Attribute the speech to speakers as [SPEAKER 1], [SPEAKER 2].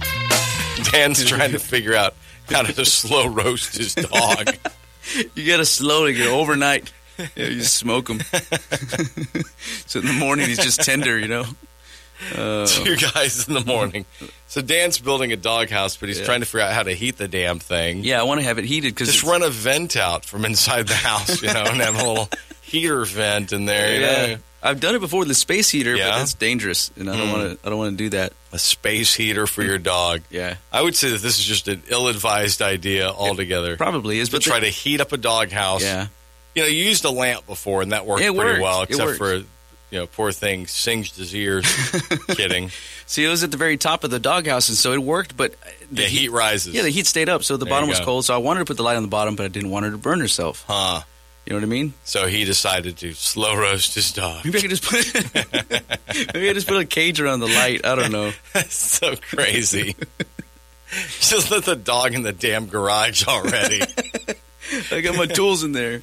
[SPEAKER 1] Dan's trying to figure out how to slow roast his dog.
[SPEAKER 2] You got to slowly go overnight. Yeah, you just smoke him. so in the morning he's just tender, you know. Uh.
[SPEAKER 1] Two guys in the morning. So Dan's building a doghouse, but he's trying to figure out how to heat the damn thing.
[SPEAKER 2] Yeah, I want to have it heated because
[SPEAKER 1] Just run a vent out from inside the house, you know, and have a little heater vent in there. You know?
[SPEAKER 2] I've done it before with the space heater,
[SPEAKER 1] Yeah.
[SPEAKER 2] but that's dangerous, and I don't want to. I don't want to do that.
[SPEAKER 1] A space heater for your dog.
[SPEAKER 2] Yeah.
[SPEAKER 1] I would say that this is just an ill-advised idea altogether.
[SPEAKER 2] Probably is,
[SPEAKER 1] to
[SPEAKER 2] but
[SPEAKER 1] try
[SPEAKER 2] the-
[SPEAKER 1] to heat up a doghouse.
[SPEAKER 2] Yeah.
[SPEAKER 1] You know, you used a lamp before, and that worked
[SPEAKER 2] It
[SPEAKER 1] pretty
[SPEAKER 2] worked.
[SPEAKER 1] well,
[SPEAKER 2] It
[SPEAKER 1] except
[SPEAKER 2] worked.
[SPEAKER 1] for you know, poor thing singed his ears. Kidding.
[SPEAKER 2] See, it was at the very top of the doghouse, and so it worked. But the
[SPEAKER 1] The heat rises.
[SPEAKER 2] yeah, the heat stayed up, so the
[SPEAKER 1] There
[SPEAKER 2] bottom
[SPEAKER 1] you
[SPEAKER 2] was
[SPEAKER 1] go.
[SPEAKER 2] cold. So I wanted to put the light on the bottom, but I didn't want her to burn herself.
[SPEAKER 1] Huh.
[SPEAKER 2] You know what I mean?
[SPEAKER 1] So he decided to slow roast his dog.
[SPEAKER 2] Maybe I could just put maybe I just put a cage around the light. I don't know.
[SPEAKER 1] That's so crazy. Just let the dog in the damn garage already.
[SPEAKER 2] I got my tools in there.